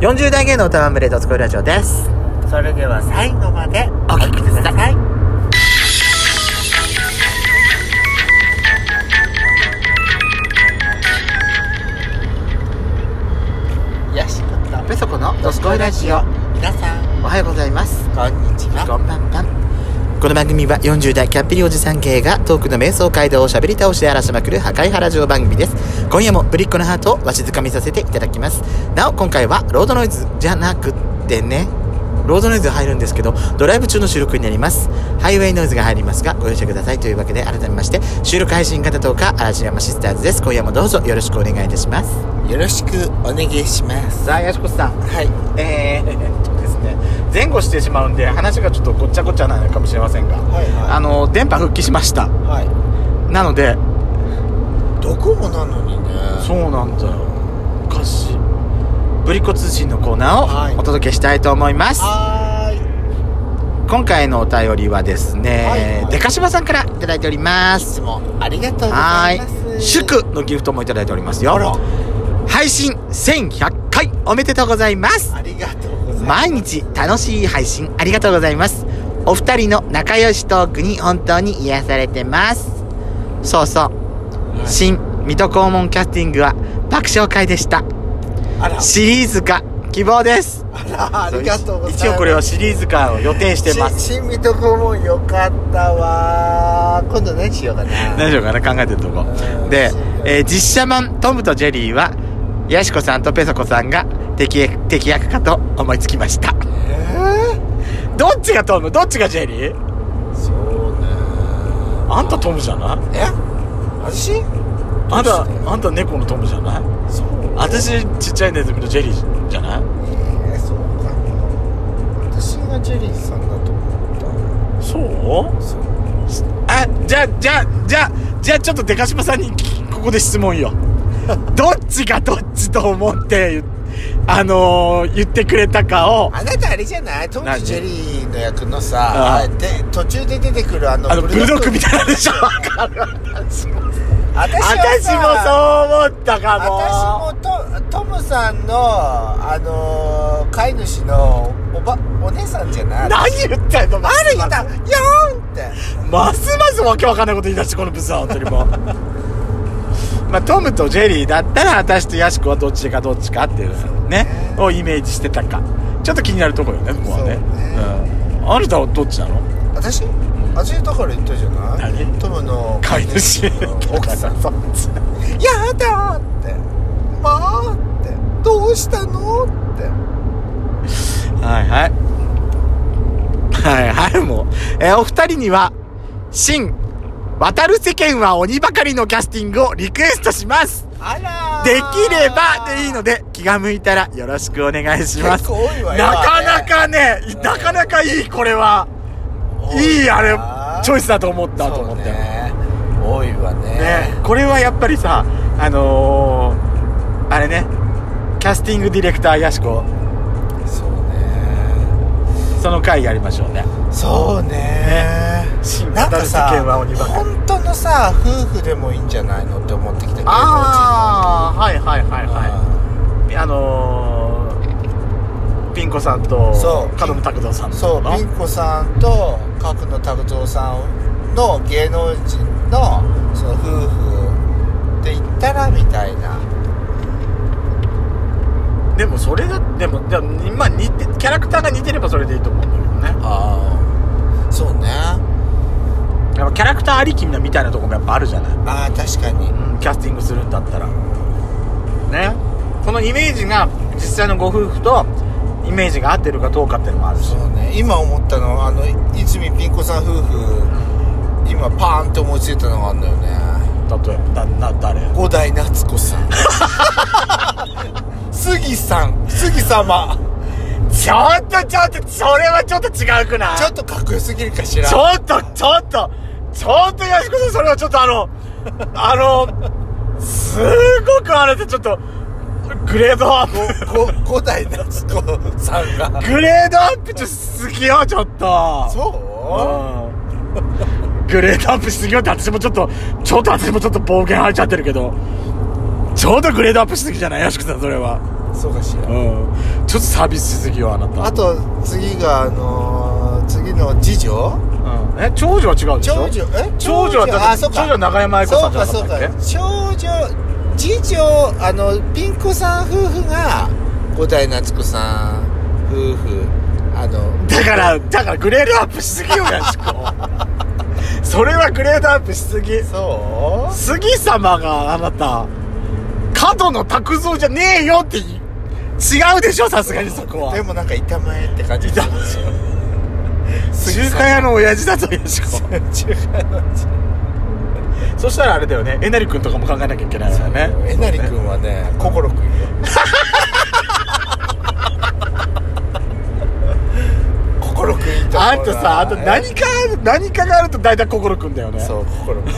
40代芸の歌は群れとつこいラジオですそれでは最後までお聞きくださいよしペソコのどとすつここいいララジジオオ皆さんおはようございますこんにちはこんばんはこの番組は40代キャッピリおじさん系がトークの瞑想街道をしゃべり倒しで荒らしまくる破壊原城番組です今夜もぶりっ子のハートをわしづかみさせていただきますなお今回はロードノイズじゃなくってねロードノイズ入るんですけどドライブ中の収録になりますハイウェイノイズが入りますがご容赦くださいというわけで改めまして収録配信型10日嵐山シスターズです今夜もどうぞよろしくお願いいたしますよろしくお願いしますさあやしこさんはいえー、とですね前後してしまうんで話がちょっとごっちゃごちゃなのかもしれませんが、はいはいあの電波復帰しましたはなのでいドコモなのにねそうなんだよおかしいブリコ通信のコーナはいーをお届けしたいと思います、はー今回のお便りはですね、はいはいでかしばさんからいただいておりまいす質問ありがとうござはいますい祝のギフトもいただいておりますよあら配信1100回おめでとうございますありがとうございます毎日楽しい配信ありがとうございますお二人の仲良しトークに本当に癒されてますそうそう新水戸黄門キャスティングは爆笑会でしたあらシリーズ化希望ですあらありがとうございます一応これはシリーズ化を予定してますし新水戸黄門よかったわ今度何しようかな大丈夫かな考えてるとこうんで、えー実写版「トムとジェリー」はやしこさんとペソコさんが敵役敵役かと思いつきましたえーどっちがトムどっちがジェリーそうねあんたトムじゃないえ私あんどたうしてあんた猫のトムじゃないそう私ちっちゃいネズミのジェリーじゃないえーそうかな私がジェリーさんだと思っそうたそうあじゃあじゃあじゃあじゃあちょっとデカシマさんに聞ここで質問 よどっちがどっちと思ってあのー、言ってくれたかをあなたあれじゃないトムと何ジェリーの役のあさあで途中で出てくるあのあのブルドッグみたいななのでしょ私は私さもそう思ったかも私もトトムさんのあのー飼い主のおばお姉さんじゃない何言ってんのマあスるマ言スったよーんってますますわけわかんないこと言い出してこのブスは本当にもう まあトムとジェリーだったら私とヤシコはどっちがどっちかっていうねをイメージしてたかちょっと気になるところよねここはねうん、あなたはどっちなの私私だから言ったじゃない何トムの飼い主奥さんそっちやだーってまあってどうしたのってはいはいはいはいもう、えーお二人には新渡る世間は鬼ばかりのキャスティングをリクエストしますあらーできればでいいので気が向いたらよろしくお願いします結構多いわよなかなかねなかなかいいこれは多いいあれわチョイスだと思ったとそう思ってねね多いわねこれはやっぱりさあのー、あれねキャスティングディレクターやしこそうねその回やりましょうねそうね新なんかさ渡る世間は鬼ばかり本当のさ夫婦でもいいんじゃないのって思ってきたけどああはいはいはいうんはいあのー、ピン子さんとそう角野拓三さんのそうピン子さんと角野拓三さんの芸能人のその夫婦で言ったらみたいなでもそれだでもでも今似てキャラクターが似てればそれでいいと思うんだけどねああそうねやっぱキャラクターありきなみたいなとこもやっぱあるじゃない、ああ確かにうん、キャスティングするんだったらねこのイメージが実際のご夫婦とイメージが合ってるかどうかっていうのもあるしそうね今思ったのはあの泉ピン子さん夫婦今パーンって思いついたのがあるんだよね例えばだな誰五代夏子さ ん杉さん杉様ちょっとちょっとそれはちょっと違うくないちょっとかっこよすぎるかしらちょっとちょっとちょっとやしこさんそれはちょっとあのあのすごくあれでちょっとグレードアップごご五代夏子さんがグレードアップちょっと好きよちょっとそううんグレードアップしすぎよって私もちょっとちょっと私もちょっと暴言吐いちゃってるけどちょうどグレードアップしすぎじゃないよしくさんそれはそうかしらうんちょっとサービスすぎよあなたあと次があのー次の次女うんえ長女は違うでしょ長女え長女はだってあそうか長女は中山愛子さんじゃなかそうっかたそっけうか長女次女あのピン子さん夫婦が五代夏子さん夫婦あのだからだからグレードアップしすぎよやしこそれはグレードアップしすぎそ杉様があなた角野拓三じゃねえよって言い違うでしょさすがにそこはでもなんか板前って感じだ中華屋の親父だとやしこ 中華のそしたらあれだよねえなり君とかも考えなきゃいけないわよねえなり君はね心君よ心君いいと思うなあんたさあと何か何かがあると大体心くんだよねそう心君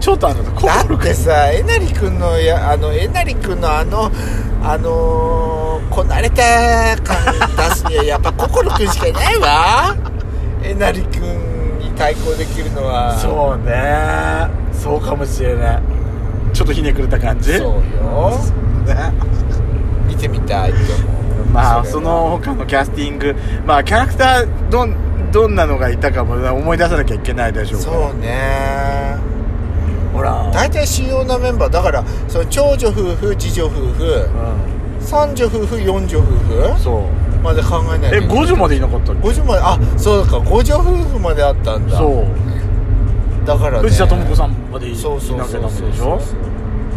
ちょっとあなただ心っくんてさえなり君のやあのえなり君のあのあのーこなれた感出すにはやっぱ心君しかいないわえなり君に対抗できるのはそうねそうかもしれないちょっとひねくれた感じそうよね見てみたいって思うまあれはその他のキャスティングまあキャラクターどんどんなのがいたかも思い出さなきゃいけないでしょうからそうねほら大体主要なメンバーだからその長女夫婦次女夫婦う三女夫婦四女夫婦んそうまで考えないえと五5時までいなかったの五女まであそうか五女夫婦まであったんだそうだから、ね、藤田智子さんまでいいそうそうなそきうそゃうダメでしょ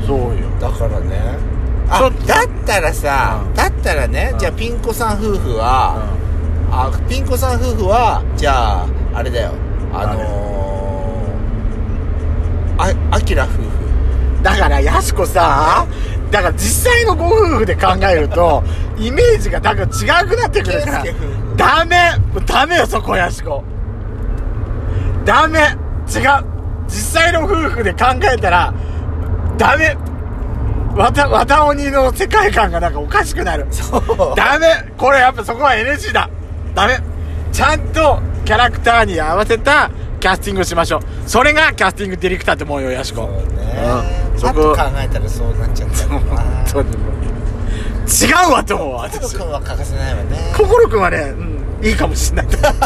そうよだからねちょあっとだったらさ、うんだったらね、うんじゃあピン子さん夫婦は、あピン子さん夫婦はじゃああれだよあのー、ああきら夫婦だからやしこさだから実際のご夫婦で考えるとイメージがだから違くなってくるから健介夫婦ダメもうダメよそこやしこダメ違う実際の夫婦で考えたらダメわたわた鬼の世界観がなんかおかしくなるそうダメこれやっぱそこは NG だダメちゃんとキャラクターに合わせたキャスティングをしましょうそれがキャスティングディレクターって思うよやしこそうねうんそあこと考えたらそうなっちゃったよ な本当にもう違うわと思うわ私心君は欠かせないわね 心くんはね、うん、いいかもしんないと思う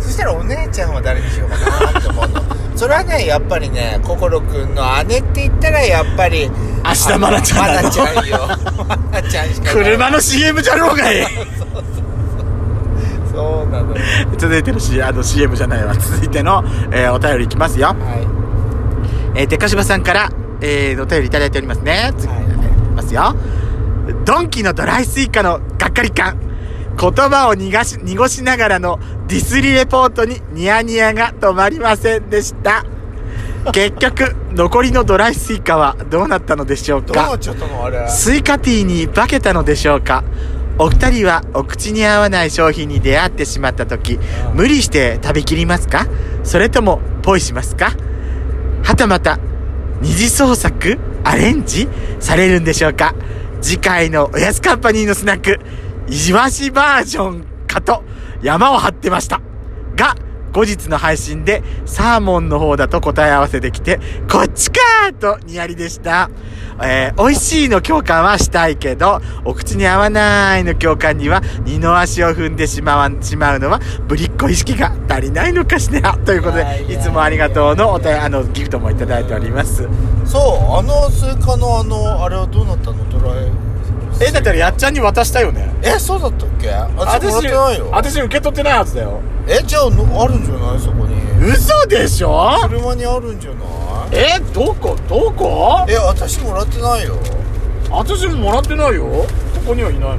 そしたらお姉ちゃんは誰にしようかなって思うのそれはねやっぱりね心君の姉って言ったらやっぱり芦田愛菜ちゃんだろあの愛菜ちゃんよ愛菜ちゃんしかいない 車の CM じゃろうがいそうなのよ 続いての,、C、あの CM じゃないわ続いての、えーお便りいきますよはいえー、でかしばさんから、えー、お便りいただいておりますね。次、はいい、ますよ。ドンキのドライスイカのがっかり感。言葉を逃がし、濁しながらのディスリレポートにニヤニヤが止まりませんでした。結局、残りのドライスイカはどうなったのでしょうどうなかっちゃったのあれスイカティーに化けたのでしょうかお二人はお口に合わない商品に出会ってしまった時無理して食べきりますかそれともポイしますかはたまた二次創作アレンジされるんでしょうか次回のおやつカンパニーのスナックいじわしバージョンかと山を張ってましたが後日の配信でサーモンの方だと答え合わせできてこっちかーとニヤリでした、えー、美味しいの共感はしたいけどお口に合わないの共感には二の足を踏んでしまわしまうのはぶりっ子意識が足りないのかしらということいやでいやいいやつもありがとうのお便りあのギフトもいただいておりますそうあのスイカのあのあれはどうなったのドライえだったらやっちゃんに渡したよねえそうだったっけあそこも私らってないよ私受け取ってないはずだよえじゃあのあるんじゃないそこに嘘でしょ車にあるんじゃないえどこどこえ私もらってないよ私ももらってないよここにはいないの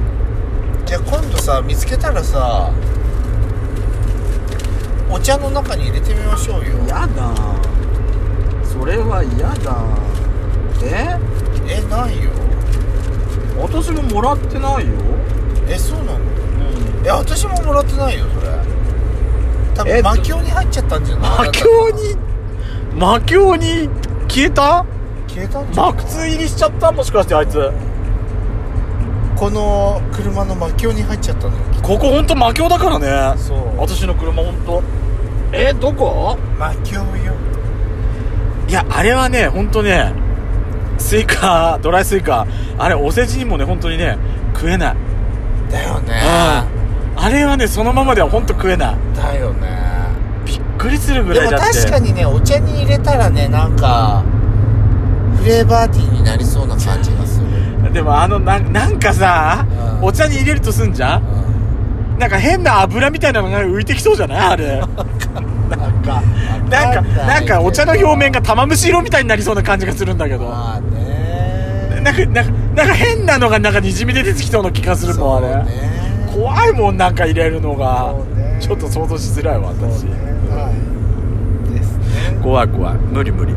じゃあ今度さ見つけたらさお茶の中に入れてみましょうよやだそれは嫌だええないよ私ももらってないよえそうなのえ私ももらってないよそれ多え分魔境に入っちゃったんじゃない魔境に魔境に消えた消えたんじゃな魔い窟入りしちゃったもしかしてあいつこの車の魔境に入っちゃったのよここほんと魔境だからねそう私の車ほんとえどこ魔境よいやあれはねほんとねスイカドライスイカあれお世辞にもね本当にね食えないだよねあれはねそのままでは本当食えないだよねびっくりするぐでらいもだって確かにねお茶に入れたらねなんかフレーバーティーになりそうな感じがする、でもあのなんなんかさ、うんお茶に入れるとすんじゃんなんか変な油みたいなのが浮いてきそうじゃないあ れなんかなんかなんかお茶の表面が玉虫色みたいになりそうな感じがするんだけどなまあねんかなんかなんか変なのがなんかにじみ出てきそうな気がするもんあれ、そうね怖いもんなんか入れるのがそうねちょっと想像しづらいわ私、そうねはいですね怖い怖い無理無理、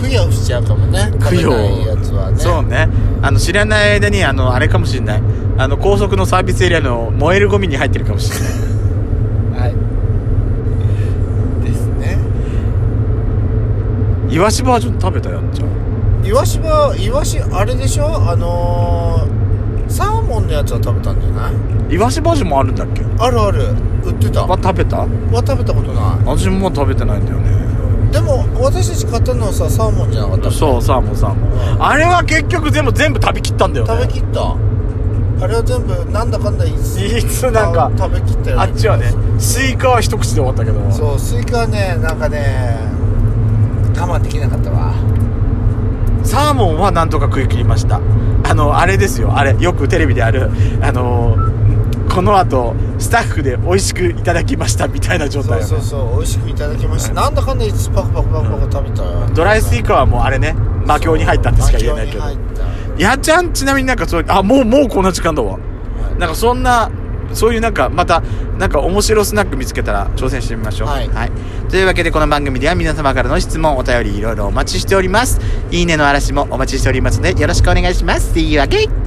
供養しちゃうかもね供養食べないやつはねそうねあの知らない間にあのあれかもしんないあの高速のサービスエリアの燃えるゴミに入ってるかもしんないはいですねイワシバージョン食べたやんちゃんイワシはイワシあれでしょあのー、サーモンのやつは食べたんじゃないイワシバージョンもあるんだっけあるある売ってたはは食べた食べたことな私も食べてないんだよねいでも私たち買ったのはさサーモンじゃなかったそうサーモンサーモンあれは結局全部全部食べきったんだよね食べきったあれは全部なんだかんだいついつなんか食べきったよあっちはねスイカは一口で終わったけどそうスイカはねなんかね我慢できなかったわサーモンはなんとか食い切りましたあのあれですよあれよくテレビであるあのこの後スタッフで美味しくいただきましたみたいな状そ態うよねそうそう美味しくいただきましたなんだかんだいつパクパクパクパク食べたよドライスイカはもうあれね魔境に入ったってしか言えないけど魔境に入ったやっちゃんちなみになんかそうあもうもうこんな時間だわはいなんかそんなそういうなんかまたなんか面白スナック見つけたら挑戦してみましょうはいというわけでこの番組では皆様からの質問お便りいろいろお待ちしておりますいいねの嵐もお待ちしておりますのでよろしくお願いします See you again!